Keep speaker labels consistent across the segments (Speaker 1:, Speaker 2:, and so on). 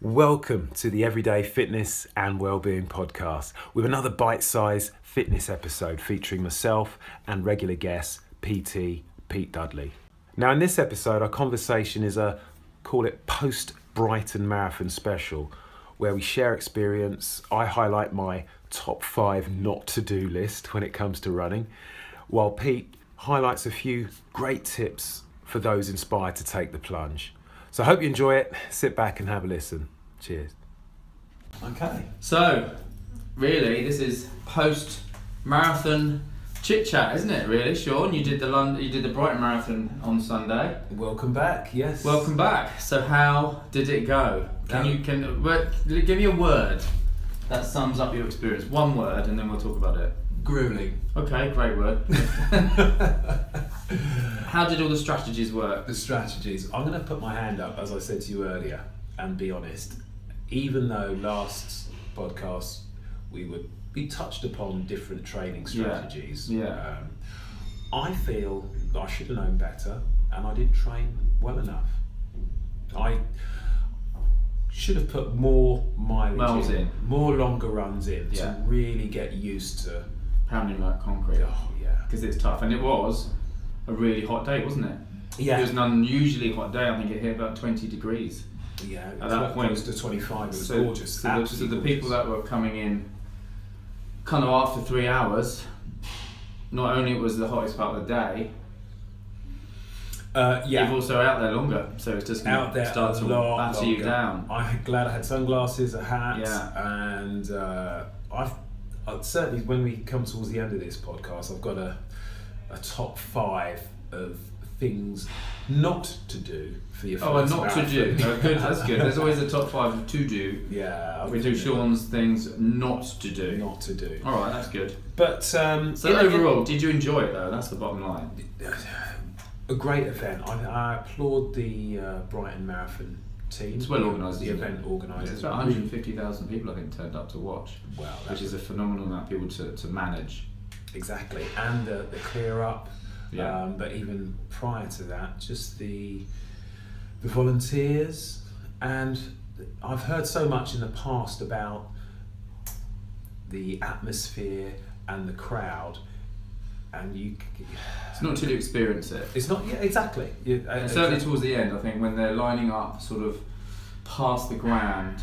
Speaker 1: Welcome to the Everyday Fitness and Wellbeing Podcast with another bite sized fitness episode featuring myself and regular guest PT Pete Dudley. Now, in this episode, our conversation is a call it post Brighton Marathon special where we share experience. I highlight my top five not to do list when it comes to running, while Pete highlights a few great tips for those inspired to take the plunge. So I hope you enjoy it. Sit back and have a listen. Cheers. Okay.
Speaker 2: So, really, this is post marathon chit chat, isn't it? Really, Sean, you did the London, you did the Brighton Marathon on Sunday.
Speaker 1: Welcome back. Yes.
Speaker 2: Welcome back. So, how did it go? Can you can word- give me a word that sums up your experience? One word, and then we'll talk about it.
Speaker 3: grueling.
Speaker 2: Okay, great word.
Speaker 3: the
Speaker 2: how did all the strategies work?
Speaker 3: strategies.
Speaker 1: I'm going to put my hand up, as I said to you earlier, and be honest. Even though last podcast we were we touched upon different training
Speaker 2: Yeah.
Speaker 1: strategies.
Speaker 2: Yeah.
Speaker 1: Um, I feel that I should have known better, and I didn't train well enough. I should have put more mileage
Speaker 2: Miles in.
Speaker 1: more longer runs in
Speaker 2: Yeah.
Speaker 1: to really get used to.
Speaker 2: Pounding like concrete.
Speaker 1: Oh yeah.
Speaker 2: Because it's tough, and it was a really hot day, wasn't it? It
Speaker 1: Yeah.
Speaker 2: was an unusually hot day. I think it hit about twenty degrees.
Speaker 1: yeah. It was
Speaker 2: at that
Speaker 1: like
Speaker 2: point-
Speaker 1: close to 25. It was
Speaker 2: so,
Speaker 1: gorgeous.
Speaker 2: So the, so
Speaker 1: absolutely
Speaker 2: the people
Speaker 1: gorgeous.
Speaker 2: that were coming in, kind of after three hours, not only was the hottest part of the day,
Speaker 1: Uh, yeah.
Speaker 2: you've also out there longer. So it's just
Speaker 1: out
Speaker 2: going
Speaker 1: there
Speaker 2: to start to
Speaker 1: a lot
Speaker 2: batter you
Speaker 1: longer.
Speaker 2: down.
Speaker 1: I'm glad I had sunglasses, a hat,
Speaker 2: Yeah.
Speaker 1: and uh, I've i certainly when we come towards the end of this podcast, I've got a a top five of things not to do for your.
Speaker 2: Oh, and
Speaker 1: first
Speaker 2: not to do.
Speaker 1: marathon.
Speaker 2: No, good, that's good. There's always a top five of to do.
Speaker 1: yeah, I've
Speaker 2: We do
Speaker 1: been-
Speaker 2: Sean's things not to do.
Speaker 1: not to do.
Speaker 2: All right, that's good.
Speaker 1: But um,
Speaker 2: So
Speaker 1: in- in-
Speaker 2: overall, did you enjoy it though? That's the bottom line.
Speaker 1: a great event. I, I applaud the uh, Brighton Marathon team.
Speaker 2: It's well organised,
Speaker 1: The
Speaker 2: isn't it?
Speaker 1: event organisers.
Speaker 2: It's about 150,000 people I think turned up to watch,
Speaker 1: Wow, that
Speaker 2: which is a phenomenal amount of people to, to manage.
Speaker 1: Exactly, and the, the clear up.
Speaker 2: Yeah.
Speaker 1: Um, but even prior to that, just the the volunteers, and I've heard so much in the past about the atmosphere and the crowd, and you. c-
Speaker 2: It's not until you experience it.
Speaker 1: It's not yeah, exactly. You, uh,
Speaker 2: And certainly towards the end, I think when they're lining up, sort of past the ground,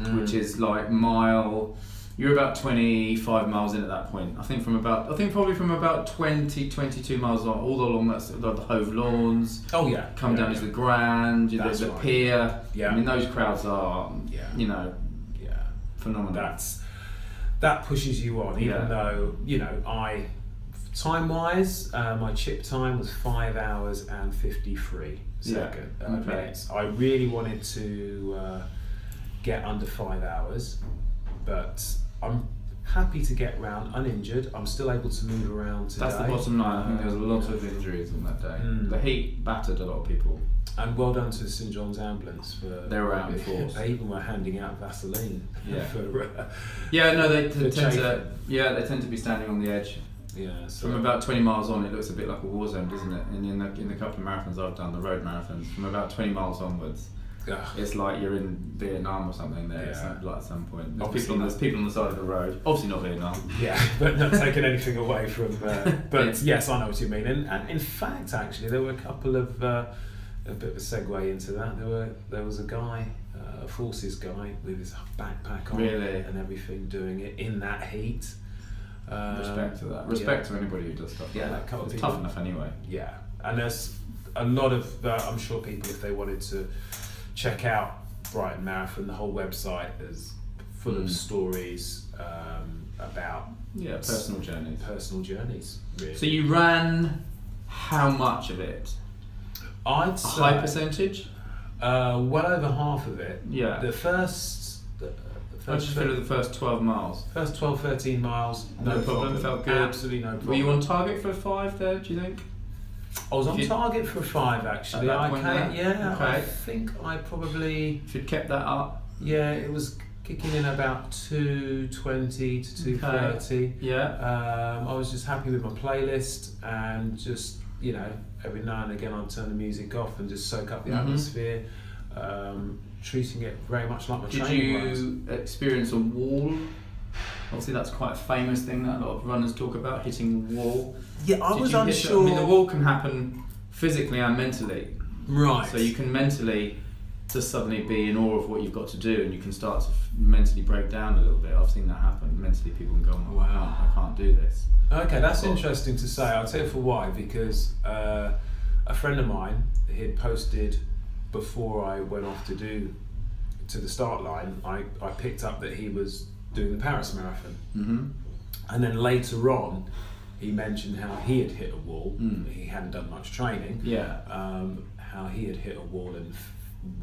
Speaker 1: Mm.
Speaker 2: which is like mile. You're about 25 miles in at that point. I think from about, I think probably from about 20, 22 miles on, all along that's the, the Hove Lawns,
Speaker 1: oh yeah,
Speaker 2: come
Speaker 1: yeah,
Speaker 2: down
Speaker 1: yeah,
Speaker 2: to the Grand, you know,
Speaker 1: That's
Speaker 2: the
Speaker 1: right.
Speaker 2: pier.
Speaker 1: Yeah.
Speaker 2: I mean, those crowds are,
Speaker 1: Yeah.
Speaker 2: you know,
Speaker 1: yeah.
Speaker 2: phenomenal.
Speaker 1: that's that pushes you on even
Speaker 2: Yeah.
Speaker 1: though you know i time wise uh, my chip time was five hours and 53
Speaker 2: Yeah.
Speaker 1: second uh,
Speaker 2: Okay.
Speaker 1: minutes i really wanted to uh, get under five hours but i'm happy to get round uninjured i'm still able to move around today Um,
Speaker 2: That's the bottom line. I think there was a lot of injuries on that day.
Speaker 1: Mm.
Speaker 2: The heat battered a lot of people.
Speaker 1: and well done to st john's ambulance for
Speaker 2: They were out in force.
Speaker 1: they even were handing out vaseline
Speaker 2: Yeah.
Speaker 1: for uh,
Speaker 2: Yeah, no, they t-
Speaker 1: The
Speaker 2: tend to.
Speaker 1: chafing.
Speaker 2: Yeah, they tend to be standing on the edge.
Speaker 1: yeah so
Speaker 2: From about 20 miles on, it looks a bit like a war zone, doesn't it? And in the, in the couple of marathons I've done, the road marathons, from about 20 miles onwards,
Speaker 1: Ugh.
Speaker 2: it's like you're in Vietnam or something there, at
Speaker 1: Yeah.
Speaker 2: some- like at some point. There's
Speaker 1: Obviously
Speaker 2: people, on,
Speaker 1: not.
Speaker 2: there's people on the side of the road. Obviously not Vietnam.
Speaker 1: Yeah, but not taking anything away from. Uh, but yes, I know what you mean. And, and in fact, actually, there were a couple of uh, a bit of a segue into that. There were there was a guy, uh, a forces guy, with his backpack on
Speaker 2: Really?
Speaker 1: and everything, doing it in that heat. Um,
Speaker 2: Respect to that. Respect to anybody who does stuff
Speaker 1: Yeah, that
Speaker 2: like
Speaker 1: couple
Speaker 2: that. It's
Speaker 1: people-
Speaker 2: tough enough anyway.
Speaker 1: Yeah, and there's a lot of. Uh, I'm sure people, if they wanted to check out Brighton Marathon, the whole website is full
Speaker 2: Mm.
Speaker 1: of stories um, about
Speaker 2: Yeah, personal journeys.
Speaker 1: personal journeys. Really.
Speaker 2: So you ran how much of it?
Speaker 1: I'd
Speaker 2: A
Speaker 1: say
Speaker 2: high percentage?
Speaker 1: Uh, well over half of it.
Speaker 2: Yeah.
Speaker 1: The first, the uh, the
Speaker 2: How did
Speaker 1: first,
Speaker 2: you feel of the first 12 miles?
Speaker 1: first 12, 13 miles, no,
Speaker 2: No problem, felt good.
Speaker 1: Absolutely no problem.
Speaker 2: Were you on target for a five there, do you think?
Speaker 1: I was on
Speaker 2: you-
Speaker 1: target for a five actually.
Speaker 2: At that
Speaker 1: I
Speaker 2: point
Speaker 1: came,
Speaker 2: there?
Speaker 1: yeah, I
Speaker 2: Okay.
Speaker 1: think I probably,
Speaker 2: If you'd kept that up,
Speaker 1: yeah, it was kicking in about 220 to 230.
Speaker 2: yeah.
Speaker 1: Um, I was just happy with my playlist and just, you know, every now and again I'd turn the music off and just soak up the
Speaker 2: Mhm.
Speaker 1: atmosphere. Um, treating it very much like my
Speaker 2: Did
Speaker 1: training runs.
Speaker 2: you experience a wall? Obviously, that's quite a famous thing that a lot of runners talk about hitting the wall.
Speaker 1: Yeah, I
Speaker 2: Did
Speaker 1: was
Speaker 2: you hit the- I
Speaker 1: unsure.
Speaker 2: mean, the wall can happen physically and mentally.
Speaker 1: right.
Speaker 2: So you can mentally just suddenly be in awe of what you've got to do, and you can start to f- mentally break down a little bit. I've seen that happen. Mentally, people can go, "Wow, I can't, I can't do this."
Speaker 1: Okay, that's interesting to say. I'll tell you for why because uh, a friend of mine he had posted before I went off to do to the start line. I, I picked up that he was doing the Paris Marathon,
Speaker 2: Mm-hmm.
Speaker 1: and then later on, he mentioned how he had hit a wall.
Speaker 2: Mm.
Speaker 1: He hadn't done much training.
Speaker 2: Yeah.
Speaker 1: Um, how he had hit a wall and f-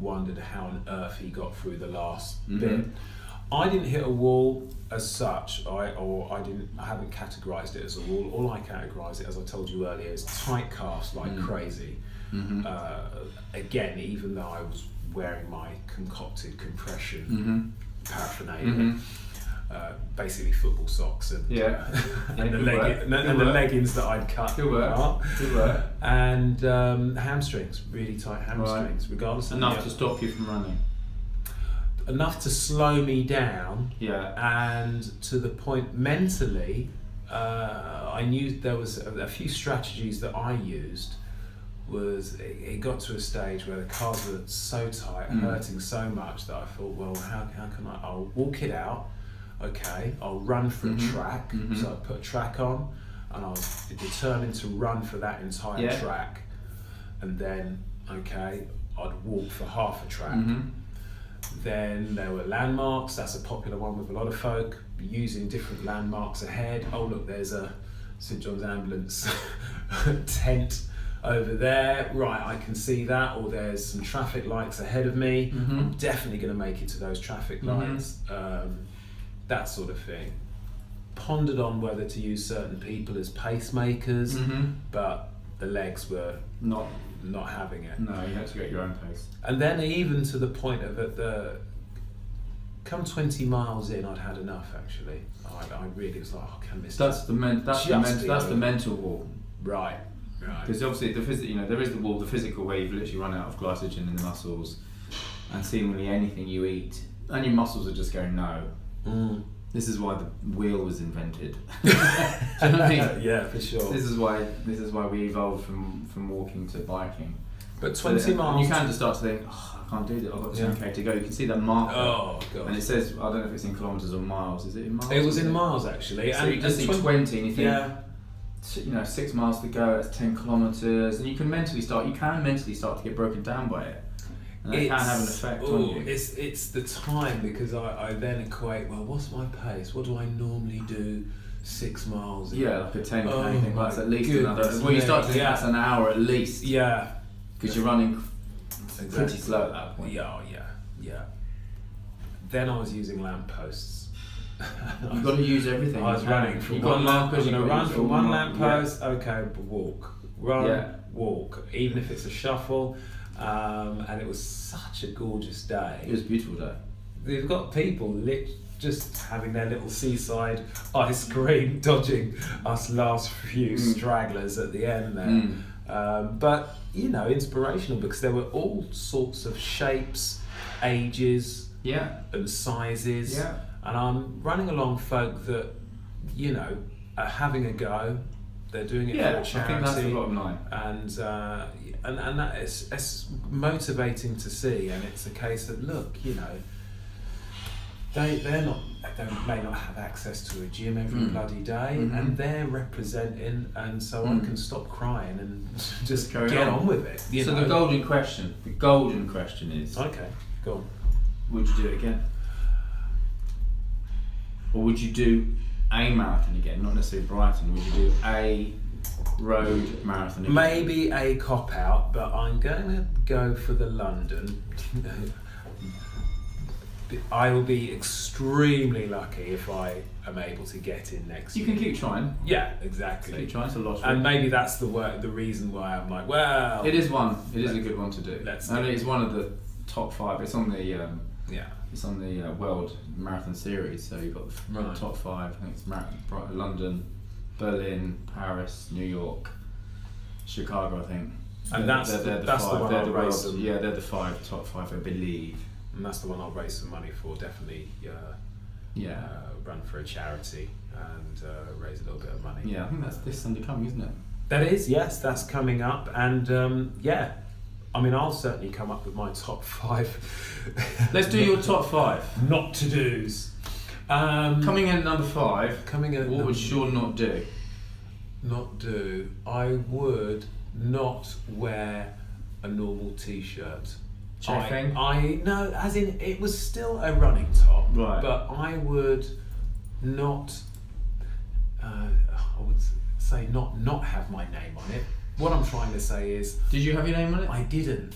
Speaker 1: wondered how on earth he got through the last
Speaker 2: Mhm.
Speaker 1: bit. I didn't hit a wall as such, I, or I didn't. I haven't categorised it as a wall. All I categorise it, as I told you earlier, is tight calves like crazy.
Speaker 2: Hmm. Mm-hmm.
Speaker 1: Uh, again, even though I was wearing my concocted compression
Speaker 2: Mm-hmm.
Speaker 1: paraphernalia,
Speaker 2: Mhm.
Speaker 1: uh, basically football socks and
Speaker 2: Yeah.
Speaker 1: and, the,
Speaker 2: Good work.
Speaker 1: leggi- and, the-
Speaker 2: Good
Speaker 1: and the
Speaker 2: work.
Speaker 1: leggings that I'd cut
Speaker 2: Good work.
Speaker 1: apart.
Speaker 2: Good work.
Speaker 1: and um, hamstrings, really tight hamstrings, regardless of
Speaker 2: Enough
Speaker 1: the-
Speaker 2: to stop you from running.
Speaker 1: enough to slow me down,
Speaker 2: Yeah.
Speaker 1: and to the point mentally, uh, I knew there was a, a few strategies that I used. Was it, it got to a stage where the calves were so tight,
Speaker 2: Mm.
Speaker 1: hurting so much that I thought, well, how, how can I? I'll walk it out, okay. I'll run for
Speaker 2: Mhm.
Speaker 1: a track,
Speaker 2: Mhm.
Speaker 1: so I put a track on, and I was determined to run for that entire
Speaker 2: Yeah.
Speaker 1: track, and then okay, I'd walk for half a track.
Speaker 2: Mm-hmm.
Speaker 1: Then there were landmarks. That's a popular one with a lot of folk using different landmarks ahead. Oh, look, there's a St John's ambulance tent over there. Right, I can see that. Or there's some traffic lights ahead of me.
Speaker 2: Mhm.
Speaker 1: I'm definitely going to make it to those traffic
Speaker 2: Mhm.
Speaker 1: lights. Um, that sort of thing. Pondered on whether to use certain people as pacemakers,
Speaker 2: Mm-hmm.
Speaker 1: but the legs were
Speaker 2: Not.
Speaker 1: not having it.
Speaker 2: No, you have to get your own pace.
Speaker 1: And then even to the point of at the come twenty miles in, I'd had enough. Actually, I, I really was like, oh, I can miss
Speaker 2: That's the men- That's the
Speaker 1: Just
Speaker 2: men-
Speaker 1: the
Speaker 2: That's the
Speaker 1: own.
Speaker 2: mental wall.
Speaker 1: right, right,
Speaker 2: Because obviously the phys- you know, there is the wall, the physical where you've literally run out of glycogen in the muscles, and seemingly anything you eat, and your muscles are just going no.
Speaker 1: mm.
Speaker 2: This is why the wheel was invented. Do you know what I mean?
Speaker 1: yeah, for sure.
Speaker 2: This is why this is why we evolved from from walking to biking.
Speaker 1: But
Speaker 2: So
Speaker 1: twenty
Speaker 2: then- and
Speaker 1: miles.
Speaker 2: You can just start to think, oh, I can't do this. I've got
Speaker 1: Yeah.
Speaker 2: 10k to go. You can see that marker,
Speaker 1: oh
Speaker 2: and
Speaker 1: god,
Speaker 2: it says I don't know if it's in kilometers or miles. Is it in miles?
Speaker 1: it was in miles actually,
Speaker 2: So
Speaker 1: and
Speaker 2: you just see
Speaker 1: and
Speaker 2: 20,
Speaker 1: 20
Speaker 2: and you think,
Speaker 1: yeah,
Speaker 2: s- you know, six miles to go, that's 10 kilometres, and you can mentally start, you can mentally start to get broken down by it. And that can
Speaker 1: it's-
Speaker 2: have an effect
Speaker 1: ooh,
Speaker 2: on you.
Speaker 1: It's it's the time because I, I then equate. Well, what's my pace? What do I normally do? Six miles. in?
Speaker 2: Yeah, like a 10
Speaker 1: Oh
Speaker 2: k you think, well, that's
Speaker 1: my
Speaker 2: at least
Speaker 1: goodness
Speaker 2: another. Well, you start to think
Speaker 1: me.
Speaker 2: that's an hour at least,
Speaker 1: yeah.
Speaker 2: because you're running pretty
Speaker 1: Exactly.
Speaker 2: slow at that point.
Speaker 1: Yeah, oh, yeah, yeah. Then I was using lampposts.
Speaker 2: You've got to use everything.
Speaker 1: I was
Speaker 2: you can.
Speaker 1: running from
Speaker 2: You've got
Speaker 1: one lamp. I'm
Speaker 2: you've
Speaker 1: gonna
Speaker 2: got
Speaker 1: run
Speaker 2: your
Speaker 1: from one
Speaker 2: lamp-
Speaker 1: lamppost. Okay, b- walk, run,
Speaker 2: Yeah.
Speaker 1: walk. Even if it's a shuffle. Um, and it was such a gorgeous day.
Speaker 2: Yeah. It was a beautiful day.
Speaker 1: They've got people lit just having their little seaside ice cream, dodging us last few
Speaker 2: Mm.
Speaker 1: stragglers at the end there.
Speaker 2: Mm.
Speaker 1: Um, but you know, inspirational because there were all sorts of shapes, ages,
Speaker 2: Yeah.
Speaker 1: and sizes.
Speaker 2: Yeah.
Speaker 1: And I'm running along folk that, you know, are having a go. They're doing it
Speaker 2: Yeah, I
Speaker 1: for
Speaker 2: think that's the
Speaker 1: charity
Speaker 2: bottom line.
Speaker 1: and uh, and and that is it's motivating to see, and it's a case of look, you know, they they're not they may not have access to a gym every
Speaker 2: Mm.
Speaker 1: bloody day,
Speaker 2: Mhm.
Speaker 1: and they're representing, and so
Speaker 2: Mm.
Speaker 1: I can stop crying and just
Speaker 2: Carry
Speaker 1: get
Speaker 2: on.
Speaker 1: on. with it. you
Speaker 2: so
Speaker 1: know?
Speaker 2: the golden question, the golden question is,
Speaker 1: Okay, go on.
Speaker 2: Would you do it again? Or would you do a marathon again? Not necessarily Brighton. Would you do a road marathon again?
Speaker 1: Maybe a cop out, but I'm going to go for the London. I will be extremely lucky if I am able to get in next
Speaker 2: You
Speaker 1: year.
Speaker 2: can keep trying.
Speaker 1: Yeah,
Speaker 2: Keep
Speaker 1: exactly.
Speaker 2: trying. It's a lottery.
Speaker 1: And maybe that's the wor- the reason why I'm like, well,
Speaker 2: it is one. It is a good one to do.
Speaker 1: Let's
Speaker 2: and
Speaker 1: do
Speaker 2: it's one of the top five. It's on the um,
Speaker 1: Yeah,
Speaker 2: it's on the uh, world marathon series. So you've got the f-
Speaker 1: Right.
Speaker 2: top five. I think it's Mar- Bri- London, Berlin, Paris, New York, Chicago. I think.
Speaker 1: and that's the,
Speaker 2: they're, they're the
Speaker 1: that's
Speaker 2: five.
Speaker 1: the one
Speaker 2: they're
Speaker 1: I'll
Speaker 2: the
Speaker 1: race
Speaker 2: world-
Speaker 1: them.
Speaker 2: Yeah, they're the five top five, I believe.
Speaker 1: and that's the one I'll raise some money for. Definitely uh,
Speaker 2: Yeah.
Speaker 1: uh, run for a charity and uh, raise a little bit of money.
Speaker 2: Yeah, I think that's this Sunday coming, isn't it?
Speaker 1: That is, yes, that's coming up. And um, yeah, I mean, I'll certainly come up with my top five.
Speaker 2: Let's do your top five.
Speaker 1: not to dos. Um,
Speaker 2: Mm. Coming in at number five,
Speaker 1: coming in.
Speaker 2: what would Sean not do?
Speaker 1: not do? I would not wear a normal t-shirt.
Speaker 2: Chafing?
Speaker 1: I, I no, as in it was still a running top,
Speaker 2: Right.
Speaker 1: But I would not. Uh, I would say not not have my name on it. What I'm trying to say is
Speaker 2: Did you have your name on it?
Speaker 1: I didn't.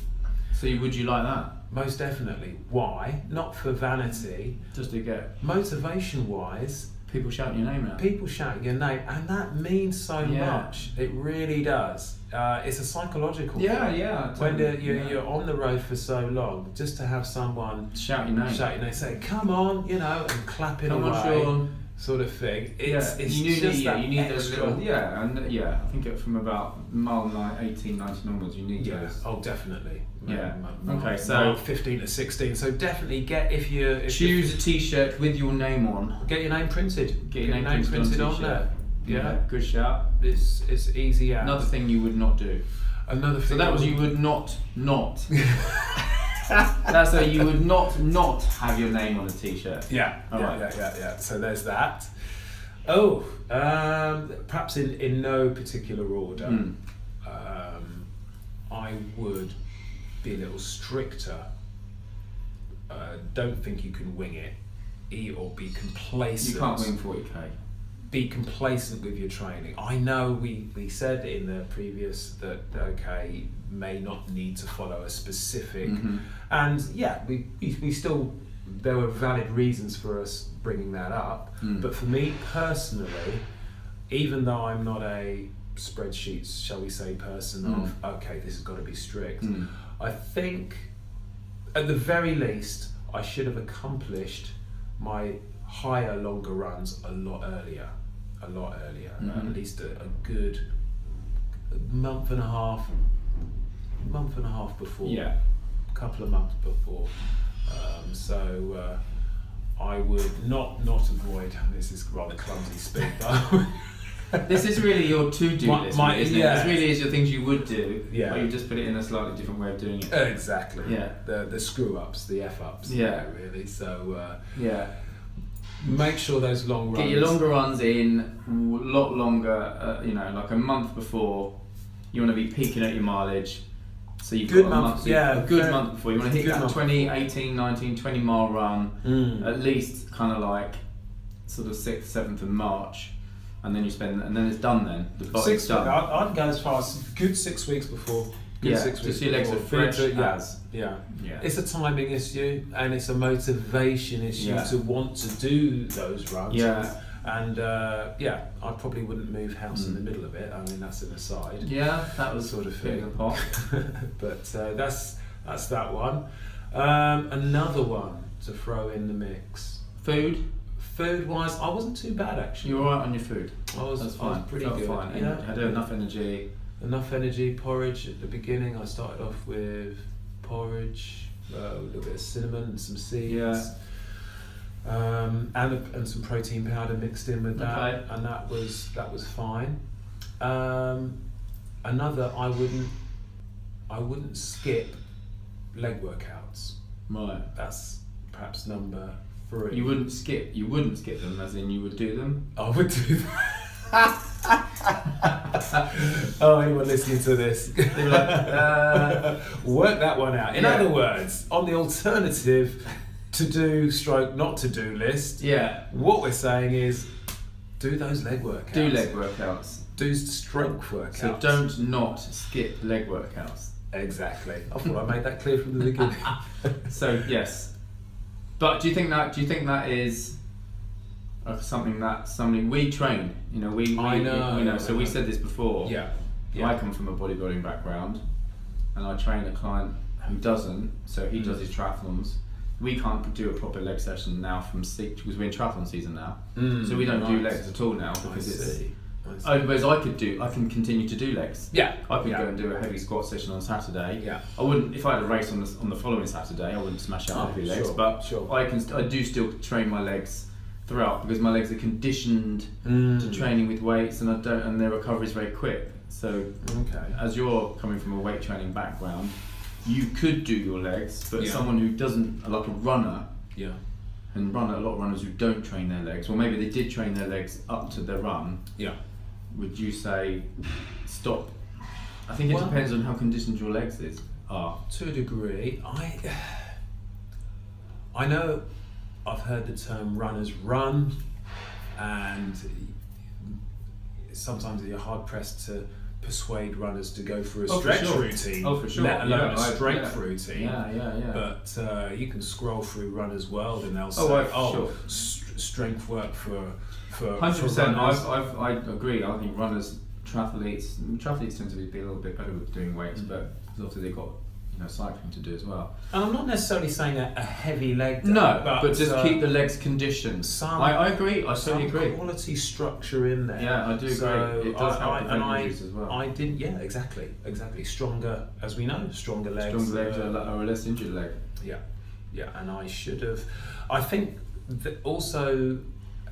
Speaker 2: So you- would you like that?
Speaker 1: Most definitely. Why? Not for vanity.
Speaker 2: Just to get
Speaker 1: Motivation wise,
Speaker 2: people shouting your name out.
Speaker 1: people shouting your name, and that means so
Speaker 2: Yeah.
Speaker 1: much. It really does. Uh, it's a psychological
Speaker 2: Yeah,
Speaker 1: thing.
Speaker 2: yeah.
Speaker 1: When
Speaker 2: totally,
Speaker 1: the, you're,
Speaker 2: yeah.
Speaker 1: you're on the road for so long, just to have someone
Speaker 2: shout your name.
Speaker 1: shout your name, say, come on, you know, and clapping
Speaker 2: Come
Speaker 1: away,
Speaker 2: on, Sean.
Speaker 1: sort of thing. It's,
Speaker 2: yeah,
Speaker 1: it's
Speaker 2: you need,
Speaker 1: just
Speaker 2: yeah,
Speaker 1: that
Speaker 2: you need those
Speaker 1: extra,
Speaker 2: little, yeah, and yeah, I think it from about mile nine, 18, 19 onwards, you need
Speaker 1: Yeah.
Speaker 2: those.
Speaker 1: Oh, definitely.
Speaker 2: Yeah.
Speaker 1: Mm, mm,
Speaker 2: Okay,
Speaker 1: mm,
Speaker 2: so-
Speaker 1: mm, fifteen to sixteen. So definitely get if you if you
Speaker 2: Choose a T-shirt with your name on.
Speaker 1: get your name printed.
Speaker 2: Get your name printed
Speaker 1: printed
Speaker 2: on
Speaker 1: on,
Speaker 2: t-shirt.
Speaker 1: there. Yeah.
Speaker 2: good shout.
Speaker 1: It's it's easy out.
Speaker 2: Another thing you would not do.
Speaker 1: Another
Speaker 2: So
Speaker 1: thing.
Speaker 2: that was you would not not. That's so you would not not have your name on a T-shirt.
Speaker 1: Yeah,
Speaker 2: All
Speaker 1: yeah,
Speaker 2: right.
Speaker 1: yeah, yeah, yeah. So there's that. Oh, um, perhaps in, in no particular order,
Speaker 2: Mm.
Speaker 1: um, I would be a little stricter. Uh, don't think you can wing it. E or be complacent.
Speaker 2: You can't win 40k.
Speaker 1: Be complacent with your training. I know we, we said in the previous that okay you may not need to follow a specific
Speaker 2: Mhm.
Speaker 1: and yeah, we, we, we still, there were valid reasons for us bringing that up.
Speaker 2: Mm.
Speaker 1: But for me personally, even though I'm not a spreadsheets, shall we say, person of, okay, this has got to be strict,
Speaker 2: Mm.
Speaker 1: I think at the very least, I should have accomplished my higher, longer runs a lot earlier. A lot earlier.
Speaker 2: Mhm.
Speaker 1: At least a, a good month and a half, month and a half before
Speaker 2: Yeah.
Speaker 1: couple of months before. Um, so uh, I would not not avoid. This is rather clumsy speak, but
Speaker 2: This is really your to-do
Speaker 1: My-
Speaker 2: list,
Speaker 1: my-
Speaker 2: isn't
Speaker 1: yeah.
Speaker 2: it? This really is your things you would do,
Speaker 1: Yeah.
Speaker 2: but you just put it in a slightly different way of doing it.
Speaker 1: exactly
Speaker 2: Yeah.
Speaker 1: the the screw ups, the f ups.
Speaker 2: Yeah.
Speaker 1: really. So uh,
Speaker 2: Yeah.
Speaker 1: make sure those long runs.
Speaker 2: Get your longer runs in, a lot longer, uh, you know, like a month before. You want to be peaking at your mileage. So you've
Speaker 1: Good
Speaker 2: got
Speaker 1: month,
Speaker 2: a month,
Speaker 1: yeah,
Speaker 2: a good
Speaker 1: fair-
Speaker 2: month before. You want to hit
Speaker 1: good
Speaker 2: that
Speaker 1: month.
Speaker 2: 20, 18, 19, 20 mile run,
Speaker 1: Mm.
Speaker 2: at least kind of like sort of 6th, 7th of March. And then you spend, and then it's done then. The body's
Speaker 1: Six.
Speaker 2: Oh, done.
Speaker 1: I'd, I'd go as far as good six weeks before. Good
Speaker 2: Yeah,
Speaker 1: six
Speaker 2: just
Speaker 1: weeks
Speaker 2: your legs
Speaker 1: before.
Speaker 2: are fresh
Speaker 1: Food to-
Speaker 2: as-
Speaker 1: yeah. yeah.
Speaker 2: Yeah.
Speaker 1: It's a timing issue and it's a motivation issue
Speaker 2: Yeah.
Speaker 1: to want to do those runs.
Speaker 2: Yeah.
Speaker 1: And uh, yeah, I probably wouldn't move house in the middle of it. I mean, that's an aside.
Speaker 2: Mm. yeah, that was
Speaker 1: Sort of thing.
Speaker 2: bit the pot.
Speaker 1: but uh, that's that's that one. Um, another one to throw in the mix.
Speaker 2: Food,
Speaker 1: Food wise, I wasn't too bad actually.
Speaker 2: you're alright on your food.
Speaker 1: I was,
Speaker 2: That's
Speaker 1: I
Speaker 2: fine.
Speaker 1: was pretty
Speaker 2: Felt
Speaker 1: good.
Speaker 2: Fine.
Speaker 1: Yeah.
Speaker 2: I had enough energy.
Speaker 1: enough energy porridge at the beginning i started off with porridge uh, a little bit of cinnamon and some seeds
Speaker 2: Yeah.
Speaker 1: um, and, a, and some protein powder mixed in with that
Speaker 2: Okay.
Speaker 1: and that was that was fine um, another i wouldn't i wouldn't skip leg workouts
Speaker 2: Right.
Speaker 1: that's perhaps number three
Speaker 2: You wouldn't skip. You wouldn't skip them, as in you would do them.
Speaker 1: I would do that. oh, anyone listening to this?
Speaker 2: They were like, uh,
Speaker 1: Work that one out. In
Speaker 2: Yeah.
Speaker 1: other words, on the alternative to do stroke not to do list,
Speaker 2: yeah.
Speaker 1: what we're saying is do those leg workouts.
Speaker 2: Do leg workouts.
Speaker 1: Do stroke workouts.
Speaker 2: So don't not skip leg workouts.
Speaker 1: Exactly. I thought I made that clear from the beginning.
Speaker 2: So yes. But do you think that? Do you think that is? uh, Something that something we train, you know, we, we
Speaker 1: I know,
Speaker 2: you know.
Speaker 1: I
Speaker 2: So we
Speaker 1: know.
Speaker 2: said this before.
Speaker 1: yeah. Yeah.
Speaker 2: I come from a bodybuilding background, and I train a client who doesn't. So
Speaker 1: Mm.
Speaker 2: he does his triathlons. We can't do a proper leg session now from se- because we're in triathlon season now.
Speaker 1: Mm,
Speaker 2: so we don't do
Speaker 1: right.
Speaker 2: legs at all now
Speaker 1: I
Speaker 2: because it's
Speaker 1: see. I see.
Speaker 2: Oh, whereas I could do, I can continue to do legs.
Speaker 1: yeah,
Speaker 2: I could
Speaker 1: yeah.
Speaker 2: go and do a heavy squat session on Saturday.
Speaker 1: Yeah.
Speaker 2: I wouldn't if I had a race on the on the following Saturday. I wouldn't smash out
Speaker 1: Oh,
Speaker 2: my legs,
Speaker 1: sure,
Speaker 2: but
Speaker 1: sure.
Speaker 2: I can. st- I do still train my legs throughout because my legs are conditioned to
Speaker 1: Mm.
Speaker 2: training with weights, and I don't, and their recovery is very quick. So
Speaker 1: Okay.
Speaker 2: as you're coming from a weight training background, you could do your legs, but
Speaker 1: Yeah.
Speaker 2: someone who doesn't, like a runner,
Speaker 1: Yeah.
Speaker 2: and runner, a lot of runners who don't train their legs, or maybe they did train their legs up to their run,
Speaker 1: Yeah.
Speaker 2: would you say stop? I think it
Speaker 1: Well-
Speaker 2: depends on how conditioned your legs is. Are
Speaker 1: To a degree, I I know I've heard the term runners run, and sometimes you're hard pressed to persuade runners to go for a
Speaker 2: Oh, for
Speaker 1: stretch
Speaker 2: sure.
Speaker 1: routine,
Speaker 2: Oh, for sure.
Speaker 1: let alone
Speaker 2: Yeah,
Speaker 1: a
Speaker 2: I-
Speaker 1: strength
Speaker 2: yeah.
Speaker 1: routine.
Speaker 2: yeah, yeah, yeah.
Speaker 1: But uh, you can scroll through Runner's World and they'll say,
Speaker 2: Oh,
Speaker 1: "Oh,
Speaker 2: I- sure.
Speaker 1: s- strength work for for
Speaker 2: Hundred
Speaker 1: for
Speaker 2: percent.
Speaker 1: runners."
Speaker 2: I I agree. I think runners, triathletes, triathletes tend to be, be a little bit better with doing weights,
Speaker 1: Mm.
Speaker 2: but obviously they've got you know cycling to do as well.
Speaker 1: And I'm not necessarily saying a, a heavy leg. day,
Speaker 2: No, but, just
Speaker 1: uh,
Speaker 2: keep the legs conditioned.
Speaker 1: some-
Speaker 2: I, I agree. I
Speaker 1: some
Speaker 2: totally agree.
Speaker 1: quality structure in there.
Speaker 2: Yeah, I do
Speaker 1: So
Speaker 2: agree. It
Speaker 1: I-
Speaker 2: does help
Speaker 1: I-
Speaker 2: with
Speaker 1: and
Speaker 2: leg
Speaker 1: I-
Speaker 2: injuries as well.
Speaker 1: I didn't. Yeah, exactly, exactly. Stronger, as we know, stronger legs.
Speaker 2: Stronger legs
Speaker 1: uh,
Speaker 2: are, are a less injured leg.
Speaker 1: Yeah, yeah. And I should have. I think that also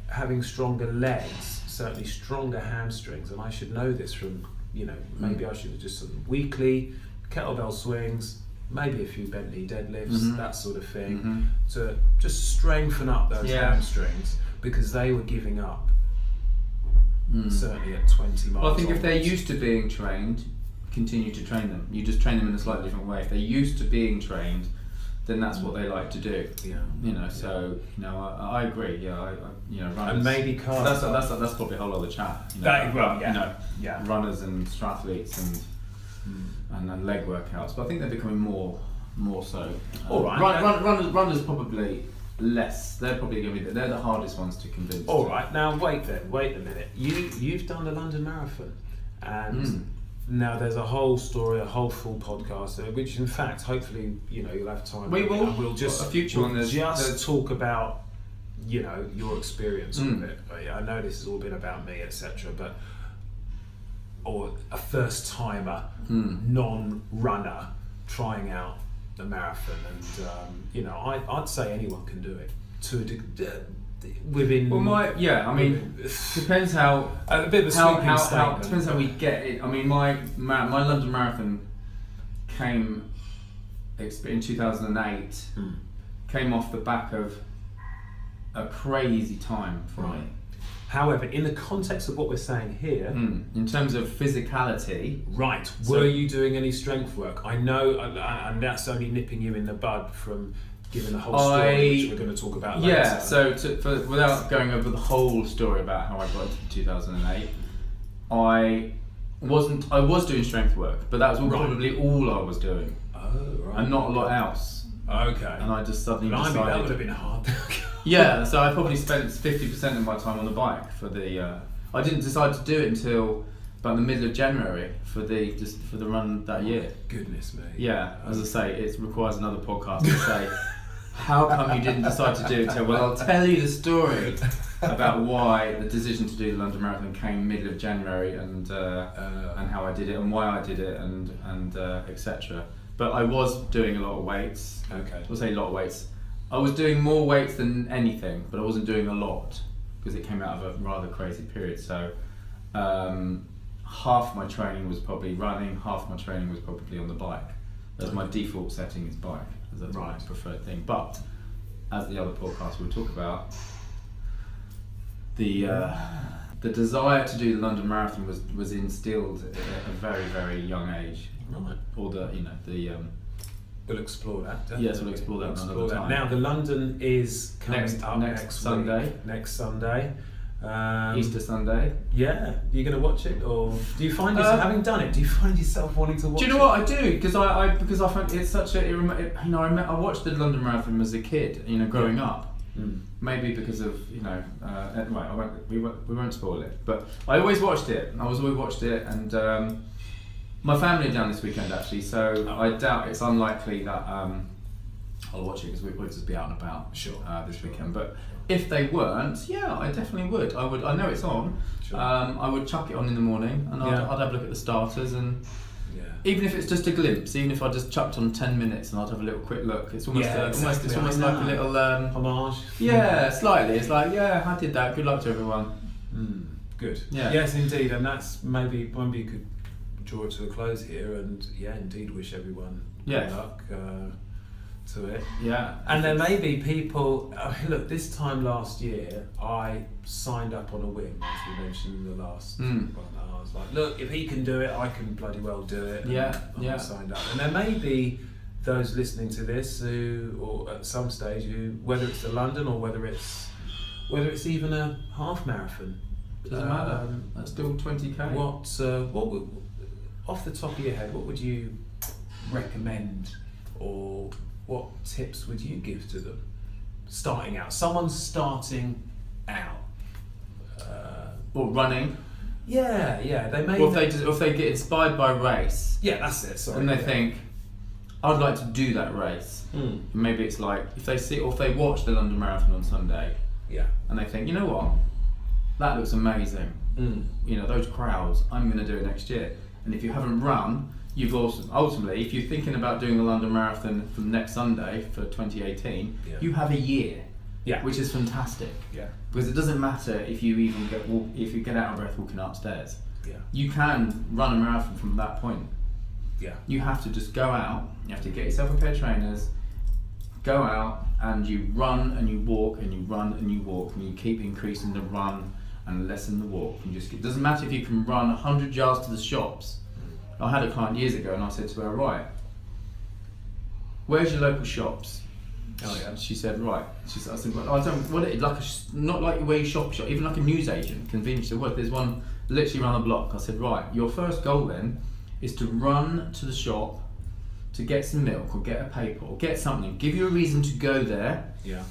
Speaker 1: having stronger legs, certainly stronger hamstrings, and I should know this from you know
Speaker 2: Mm.
Speaker 1: maybe I should have just sort of weekly kettlebell swings, maybe a few Bentley deadlifts,
Speaker 2: Mhm.
Speaker 1: that sort of thing
Speaker 2: Mm-hmm.
Speaker 1: to just strengthen up those
Speaker 2: Yeah.
Speaker 1: hamstrings because they were giving up
Speaker 2: Mm.
Speaker 1: certainly at 20 miles.
Speaker 2: well, I think if they're
Speaker 1: onwards.
Speaker 2: used to being trained, continue to train them. You just train them in a slightly different way. If they're used to being trained, then that's what they like to do.
Speaker 1: yeah,
Speaker 2: You know, so you know, I, I agree. Yeah, I, I you know, runners.
Speaker 1: and maybe cars.
Speaker 2: that's a, that's a, that's probably a whole other chat. You know,
Speaker 1: That- well, yeah.
Speaker 2: you know,
Speaker 1: yeah,
Speaker 2: runners and triathletes and Mm. and, and leg workouts. But I think they're becoming more more so. Uh,
Speaker 1: All right.
Speaker 2: Run, run, runners, runners probably less. They're probably going to be the, they're the hardest ones to convince.
Speaker 1: All right, now wait then, wait a minute. You you've done the London Marathon, and
Speaker 2: Mm.
Speaker 1: now there's a whole story, a whole full podcast, uh, which in fact, hopefully, you know, you'll have time.
Speaker 2: We will.
Speaker 1: And We'll just
Speaker 2: A future
Speaker 1: we'll
Speaker 2: one, there's-
Speaker 1: just
Speaker 2: there's-
Speaker 1: talk about you know your experience
Speaker 2: Mm.
Speaker 1: with it. I- I know this has all been about me, etc. But or a first timer,
Speaker 2: Mm.
Speaker 1: non-runner, trying out the marathon, and um, you know, I, I'd say anyone can do it to a de- uh, within.
Speaker 2: Well, my yeah, I mean, depends how
Speaker 1: a bit of a
Speaker 2: how,
Speaker 1: sweeping
Speaker 2: how, how
Speaker 1: statement.
Speaker 2: depends how we get it. I mean, my ma- my London Marathon came exp- in two thousand and eight.
Speaker 1: Hmm.
Speaker 2: Came off the back of a crazy time for me.
Speaker 1: However, in the context of what we're saying here,
Speaker 2: Mm. In terms of physicality,
Speaker 1: right? Were you doing any strength work? I know, and- and that's only nipping you in the bud from giving the whole story,
Speaker 2: I-
Speaker 1: which we're going to talk about later.
Speaker 2: Yeah, so to, for, without going over the whole story about how I got into 2008, I wasn't. I was doing strength work, but that was
Speaker 1: Right.
Speaker 2: probably all I was doing,
Speaker 1: oh, right.
Speaker 2: and not a lot else.
Speaker 1: Okay.
Speaker 2: And I just suddenly
Speaker 1: Blimey, that would
Speaker 2: decided.
Speaker 1: have been hard.
Speaker 2: Yeah, so I probably spent 50% of my time on the bike for the. Uh, I didn't decide to do it until about the middle of January for the just for the run that year.
Speaker 1: Goodness me.
Speaker 2: Yeah, as I say, it requires another podcast to say, how come you didn't decide to do it? till-" Well, I'll tell you the story about why the decision to do the London Marathon came middle of January and uh,
Speaker 1: Uh,
Speaker 2: and how I did it and why I did it and and uh, etc. But I was doing a lot of weights.
Speaker 1: okay.
Speaker 2: I'll say a lot of weights. I was doing more weights than anything, but I wasn't doing a lot because it came out of a rather crazy period. So um, half my training was probably running, half my training was probably on the bike. That's my default setting is bike, as that's my
Speaker 1: Right.
Speaker 2: preferred thing. But as the other podcast we'll talk about, the uh, the desire to do the London Marathon was was instilled at a very very young age.
Speaker 1: Right.
Speaker 2: All the you know the um,
Speaker 1: We'll explore that. Definitely.
Speaker 2: Yes, we'll explore that another time.
Speaker 1: Now, the London is coming
Speaker 2: Next-
Speaker 1: up
Speaker 2: next
Speaker 1: next,
Speaker 2: Sunday.
Speaker 1: Week, next Sunday. Um,
Speaker 2: Easter Sunday.
Speaker 1: Yeah, you going to watch it, or do you find
Speaker 2: Uh,
Speaker 1: yourself having done it? Do you find yourself wanting to watch?
Speaker 2: Do you know
Speaker 1: it?
Speaker 2: what I do? Because I, I because I find it's such a it, remi- it, you know I, me- I watched the London Marathon as a kid. You know, growing up,
Speaker 1: Mm.
Speaker 2: maybe because of you know uh, anyway I won't, we won't, we won't spoil it. But I always watched it. I was always watched it, and um,
Speaker 1: Oh.
Speaker 2: my family are down this weekend actually, so I doubt it's unlikely that um, I'll watch it because we will just be out and about
Speaker 1: Sure.
Speaker 2: uh, this
Speaker 1: Sure.
Speaker 2: weekend. But if they weren't, yeah, I definitely would. I would. I know it's on.
Speaker 1: Sure.
Speaker 2: Um, I would chuck it on in the morning, and I'd,
Speaker 1: Yeah.
Speaker 2: I'd have a look at the starters, and
Speaker 1: Yeah.
Speaker 2: even if it's just a glimpse, even if I just chucked on ten minutes, and I'd have a little quick look. It's almost,
Speaker 1: Yeah,
Speaker 2: a, almost it's
Speaker 1: exactly.
Speaker 2: almost
Speaker 1: I
Speaker 2: like a
Speaker 1: know.
Speaker 2: little. Um,
Speaker 1: Homage.
Speaker 2: yeah, slightly. It's like, yeah, I did that. Good luck to everyone.
Speaker 1: Mm, good.
Speaker 2: Yeah.
Speaker 1: Yes, indeed, and that's maybe one we could draw it to a close here, and yeah, indeed, wish everyone
Speaker 2: Yeah.
Speaker 1: good luck uh, to it.
Speaker 2: Yeah.
Speaker 1: And there may be people. Uh, look, this time last year, I signed up on a whim, as we mentioned in the last
Speaker 2: Mm.
Speaker 1: one. I was like, look, if he can do it, I can bloody well do it. and
Speaker 2: Yeah,
Speaker 1: I
Speaker 2: yeah.
Speaker 1: signed up. And there may be those listening to this who, or at some stage, who, whether it's the London or whether it's whether it's even a half marathon,
Speaker 2: Doesn't matter.
Speaker 1: um,
Speaker 2: That's still twenty k.
Speaker 1: What uh, what would, off the top of your head, what would you recommend, or what tips would you give to them starting out? Someone starting out. Uh,
Speaker 2: Or running.
Speaker 1: yeah, yeah, they may.
Speaker 2: Or if they just, or if they get inspired by race
Speaker 1: yeah, that's it. Sorry.
Speaker 2: and they
Speaker 1: yeah.
Speaker 2: think, I'd like to do that race.
Speaker 1: Mm,
Speaker 2: Maybe it's like if they see or if they watch the London Marathon on Sunday
Speaker 1: yeah.
Speaker 2: and they think, you know what, that looks amazing.
Speaker 1: Mm,
Speaker 2: You know those crowds. I'm going to do it next year. And if you haven't run, you've also ultimately, if you're thinking about doing the London Marathon from next Sunday for 2018,
Speaker 1: Yeah.
Speaker 2: you have a year,
Speaker 1: yeah.
Speaker 2: which is fantastic
Speaker 1: yeah.
Speaker 2: because it doesn't matter if you even get walk, if you get out of breath walking upstairs.
Speaker 1: Yeah.
Speaker 2: You can run a marathon from that point.
Speaker 1: Yeah.
Speaker 2: You have to just go out. You have to get yourself a pair of trainers. Go out and you run and you walk and you run and you walk and you keep increasing the run and lessen the walk. And just it doesn't matter if you can run hundred yards to the shops. I had a client years ago and I said to her, right, where's your local shops?
Speaker 1: Oh, yeah.
Speaker 2: She said, right. She said, I said, well, I don't, what it, like a, sh- not like where you shop, shop, even like a newsagent, convenience store. What there's one literally around the block? I said, right. Your first goal then is to run to the shop to get some milk or get a paper or get something. Give you a reason to go there.
Speaker 1: Yeah.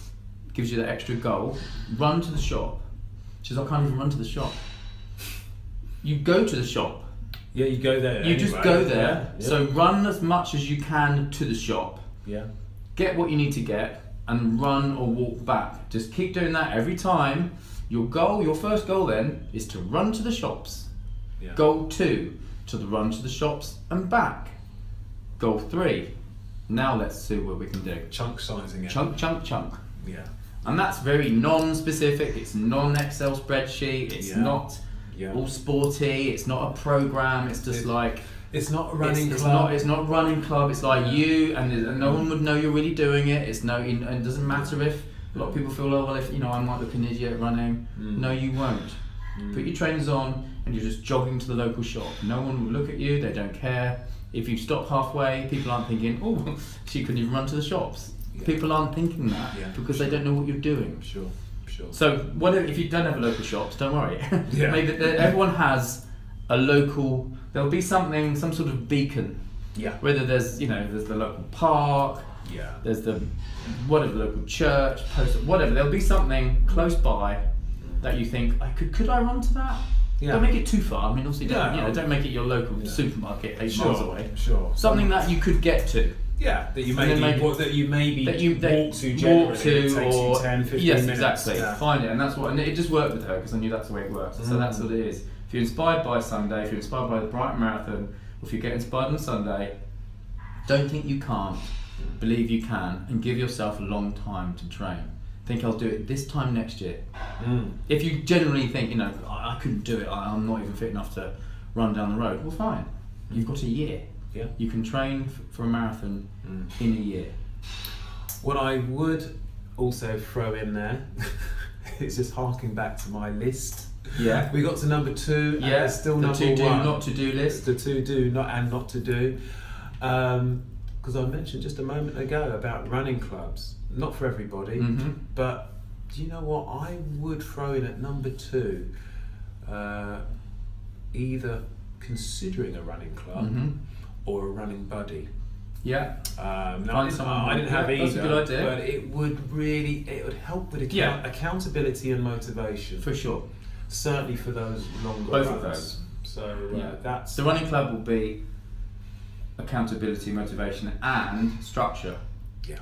Speaker 2: Gives you that extra goal. Run to the shop. She says, I can't even run to the shop. You go to the shop.
Speaker 1: Yeah. You go there.
Speaker 2: You just
Speaker 1: anyway.
Speaker 2: go there.
Speaker 1: Yeah, yeah.
Speaker 2: So run as much as you can to the shop
Speaker 1: yeah.
Speaker 2: get what you need to get and run or walk back. Just keep doing that every time. Your goal, your first goal then, is to run to the shops.
Speaker 1: Yeah.
Speaker 2: Goal two, to the run to the shops and back. Goal three, now let's see what we can do.
Speaker 1: Chunk sizing it.
Speaker 2: Chunk, chunk, chunk.
Speaker 1: Yeah.
Speaker 2: And that's very non specific, it's non Excel spreadsheet, it's
Speaker 1: Yeah.
Speaker 2: not
Speaker 1: Yeah.
Speaker 2: all sporty, it's not a program, it's just
Speaker 1: It-
Speaker 2: like.
Speaker 1: It's not a
Speaker 2: It's,
Speaker 1: running
Speaker 2: it's
Speaker 1: club.
Speaker 2: not. It's not running club. It's like you, and, and no one would know you're really doing it. It's no, and it doesn't matter if a lot of people feel, oh well, if you know, I might look an idiot running.
Speaker 1: Mm.
Speaker 2: No, you won't. Put your trainers on, and you're just jogging to the local shop. No one will look at you. They don't care. If you stop halfway, people aren't thinking, oh, she couldn't even run to the shops.
Speaker 1: Yeah.
Speaker 2: People aren't thinking that
Speaker 1: Yeah,
Speaker 2: because they don't know what you're doing.
Speaker 1: Sure. Sure.
Speaker 2: So whatever, if you don't have a local shops, don't worry.
Speaker 1: Yeah.
Speaker 2: Maybe that everyone has a local. There'll be something, some sort of beacon.
Speaker 1: Yeah.
Speaker 2: Whether there's you know there's the local park,
Speaker 1: Yeah.
Speaker 2: there's the whatever local church, post whatever. There'll be something close by that you think I could could I run to that?
Speaker 1: Yeah.
Speaker 2: Don't make it too far. I mean, obviously, don't,
Speaker 1: No.
Speaker 2: you know, don't make it your local
Speaker 1: Yeah.
Speaker 2: supermarket eight
Speaker 1: Sure.
Speaker 2: miles away.
Speaker 1: Sure.
Speaker 2: Something that you could get to.
Speaker 1: Yeah, that you
Speaker 2: And then
Speaker 1: maybe,
Speaker 2: maybe-
Speaker 1: what, that you maybe
Speaker 2: that you that
Speaker 1: walk to generally.
Speaker 2: walk
Speaker 1: it
Speaker 2: to
Speaker 1: takes
Speaker 2: or
Speaker 1: you 10, 15
Speaker 2: yes
Speaker 1: minutes.
Speaker 2: exactly
Speaker 1: Yeah.
Speaker 2: find it and that's what and it just worked with her because I knew that's the way it works so that's
Speaker 1: Mm.
Speaker 2: what it is if you're inspired by Sunday if you're inspired by the Brighton Marathon or if you get inspired on Sunday don't think you can't believe you can and give yourself a long time to train think I'll do it this time next year
Speaker 1: Mm.
Speaker 2: if you generally think you know I, I couldn't do it I, I'm not even fit enough to run down the road well fine you've got a year
Speaker 1: Yeah.
Speaker 2: you can train f- for a marathon
Speaker 1: Mm.
Speaker 2: in a year
Speaker 1: What I would also throw in there is just harking back to my list.
Speaker 2: yeah
Speaker 1: We got to number two. and
Speaker 2: Yeah,
Speaker 1: it's still
Speaker 2: the
Speaker 1: number
Speaker 2: to do
Speaker 1: one.
Speaker 2: not to do
Speaker 1: It's
Speaker 2: list.
Speaker 1: the to do not and not to do. Because I mentioned just a moment ago about running clubs. Not for everybody,
Speaker 2: Mhm.
Speaker 1: but do you know what? I would throw in at number two uh, either considering a running club
Speaker 2: Mhm.
Speaker 1: or a running buddy.
Speaker 2: Yeah,
Speaker 1: Um, now, I
Speaker 2: Find
Speaker 1: didn't,
Speaker 2: someone-
Speaker 1: I didn't have
Speaker 2: yeah,
Speaker 1: either.
Speaker 2: that's a good idea.
Speaker 1: But it would really, it would help with account-
Speaker 2: Yeah.
Speaker 1: accountability and motivation.
Speaker 2: for sure.
Speaker 1: certainly for those longer
Speaker 2: Both
Speaker 1: runs.
Speaker 2: of those.
Speaker 1: So uh,
Speaker 2: Yeah.
Speaker 1: that's
Speaker 2: So running club will be accountability, motivation, and structure.
Speaker 1: yeah,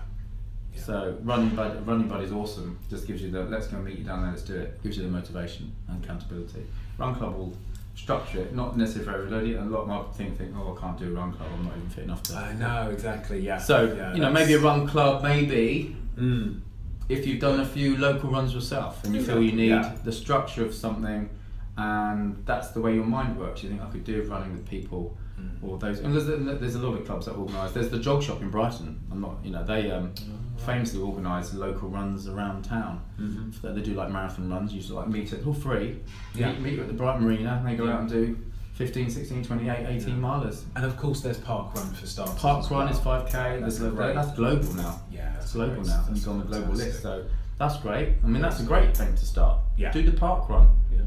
Speaker 1: Yeah.
Speaker 2: So running bud, running buddy is awesome. Just gives you the let's go meet you down there, let's do it. Gives you the motivation and accountability. Run club will structure it, not necessarily for everybody. And a lot of my team think, oh, I can't do a run club. I'm not even fit enough to.
Speaker 1: I know exactly. Yeah.
Speaker 2: So
Speaker 1: Uh, yeah,
Speaker 2: you know,
Speaker 1: that's-
Speaker 2: maybe a run club, maybe
Speaker 1: Mm,
Speaker 2: if you've done a few local runs yourself and you feel you need
Speaker 1: Yeah.
Speaker 2: the structure of something and that's the way your mind works you think i could do running with people
Speaker 1: Mm.
Speaker 2: or those and there's, there's a lot of clubs that organise there's the jog shop in brighton i'm not you know they um,
Speaker 1: Oh.
Speaker 2: famously organise local runs around town
Speaker 1: Mhm.
Speaker 2: so they do like marathon runs usually like meet at all free
Speaker 1: Yeah.
Speaker 2: meet, meet you at the brighton marina and they go
Speaker 1: Yeah.
Speaker 2: out and do 15 16 28 18
Speaker 1: Yeah.
Speaker 2: milers
Speaker 1: And of course, there's park run for starters.
Speaker 2: park
Speaker 1: as
Speaker 2: run
Speaker 1: well.
Speaker 2: is 5k
Speaker 1: That's
Speaker 2: that's, there's,
Speaker 1: great.
Speaker 2: that's global now
Speaker 1: Yeah,
Speaker 2: that's global
Speaker 1: great.
Speaker 2: now.
Speaker 1: That's
Speaker 2: and He's on the global
Speaker 1: fantastic.
Speaker 2: list, so that's great. I mean, that's a great thing to start.
Speaker 1: Yeah.
Speaker 2: Do the park run.
Speaker 1: Yeah,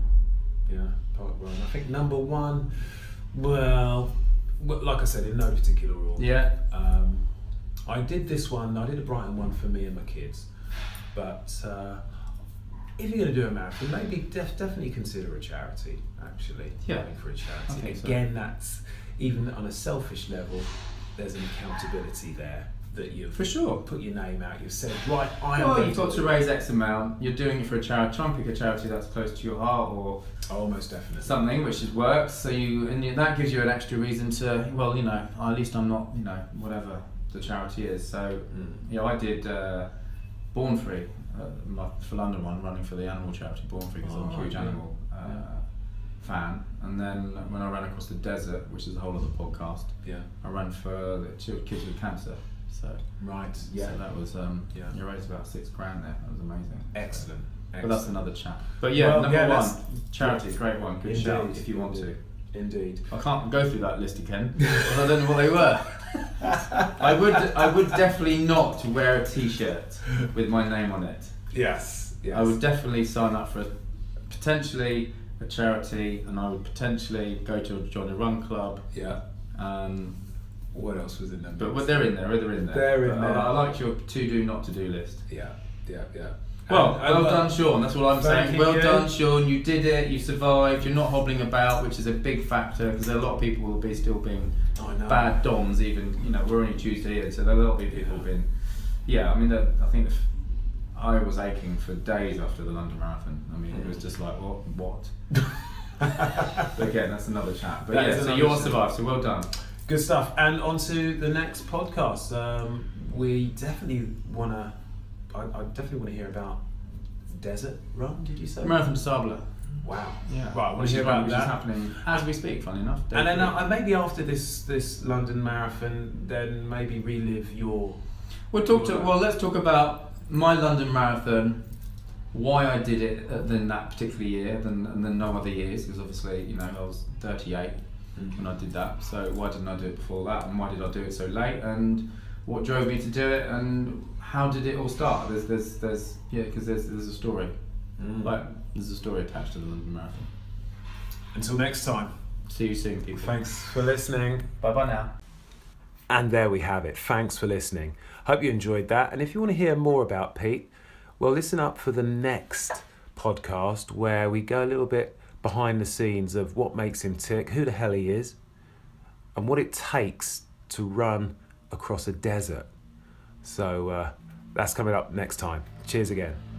Speaker 1: yeah, park run. I think number one. Well, w- like I said, in no particular order.
Speaker 2: Yeah.
Speaker 1: Um, I did this one. I did a Brighton one for me and my kids. But uh, if you're going to do a marathon, maybe def- definitely consider a charity. Actually,
Speaker 2: Yeah.
Speaker 1: running for a
Speaker 2: I
Speaker 1: charity.
Speaker 2: think so.
Speaker 1: Again, that's even on a selfish level. There's an accountability there that you've
Speaker 2: For sure.
Speaker 1: put your name out. You've said, right, I am.
Speaker 2: Well,
Speaker 1: going
Speaker 2: you've got
Speaker 1: do
Speaker 2: to
Speaker 1: it."
Speaker 2: raise X amount. You're doing it for a charity. Try and pick a charity that's close to your heart or
Speaker 1: Oh, most definitely.
Speaker 2: something, which is works. So you and you, that gives you an extra reason to. Well, you know, at least I'm not. You know, whatever the charity is. So,
Speaker 1: Mm.
Speaker 2: you know, I did uh, Born Free, uh, my for London one, running for the animal charity Born Free because I'm
Speaker 1: Oh,
Speaker 2: a huge
Speaker 1: yeah.
Speaker 2: animal uh,
Speaker 1: Yeah.
Speaker 2: fan. And then when I ran across the desert, which is a whole other podcast.
Speaker 1: Yeah.
Speaker 2: I ran for the two kids with cancer. So
Speaker 1: Right.
Speaker 2: so that was um,
Speaker 1: Yeah.
Speaker 2: you raised about six grand there. That was amazing.
Speaker 1: Excellent.
Speaker 2: But that's another chat. But yeah,
Speaker 1: Well,
Speaker 2: number
Speaker 1: yeah,
Speaker 2: one,
Speaker 1: that's-
Speaker 2: charity, great one, good shout
Speaker 1: Indeed.
Speaker 2: if you want to.
Speaker 1: Indeed.
Speaker 2: I can't go through that list again because I don't know what they were. I would, I would definitely not wear a T-shirt with my name on it.
Speaker 1: Yes. Yes.
Speaker 2: I would definitely sign up for a, potentially a charity, and I would potentially go to join a run club.
Speaker 1: yeah.
Speaker 2: Um,
Speaker 1: What else was in them?
Speaker 2: But well, they're in there, they're in there.
Speaker 1: They're in
Speaker 2: But
Speaker 1: there.
Speaker 2: I, I like your to do, not to do list.
Speaker 1: Yeah. Yeah. Yeah.
Speaker 2: Well,
Speaker 1: And- uh, and
Speaker 2: well
Speaker 1: what-
Speaker 2: done, Sean. That's all I'm saying.
Speaker 1: Thank
Speaker 2: Well
Speaker 1: you.
Speaker 2: done, Sean. You did it. You survived. You're not hobbling about, which is a big factor because a lot of people will be still being
Speaker 1: I know.
Speaker 2: bad DOMs. Even you know, we're only Tuesday here, so there will be people been. Yeah, I mean, that, I think if- I was aching for days after the London Marathon. I mean, it was just like, what? What? But again, that's another chat. But
Speaker 1: That is
Speaker 2: yeah, so
Speaker 1: another
Speaker 2: you all
Speaker 1: chat.
Speaker 2: survived. So well done.
Speaker 1: Good stuff. And on to the next podcast. Um, we definitely want to. I, I definitely want to hear about desert run. Did you say?
Speaker 2: Marathon Sabla.
Speaker 1: Wow.
Speaker 2: Yeah.
Speaker 1: Right. I want
Speaker 2: Which
Speaker 1: to
Speaker 2: is
Speaker 1: hear about
Speaker 2: which
Speaker 1: that.
Speaker 2: is happening as we speak. Funny enough. day
Speaker 1: And then
Speaker 2: three.
Speaker 1: uh, maybe after this this London marathon, then maybe relive your
Speaker 2: We'll talk to. Well, let's talk about my London Marathon, why I did it uh, than that particular year than and than no other years because obviously you know I was 38 when I did that. So why didn't I do it before that? And why did I do it so late? And what drove me to do it? And how did it all start? There's there's there's yeah because there's there's a story.
Speaker 1: Mm.
Speaker 2: Like there's a story attached to the London Marathon.
Speaker 1: Until next time.
Speaker 2: See you soon, people.
Speaker 1: Thanks for listening.
Speaker 2: Bye bye now.
Speaker 4: And there we have it. Thanks for listening. Hope you enjoyed that. And if you want to hear more about Pete, well, listen up for the next podcast where we go a little bit behind the scenes of what makes him tick, who the hell he is, and what it takes to run across a desert. So uh, that's coming up next time. Cheers again.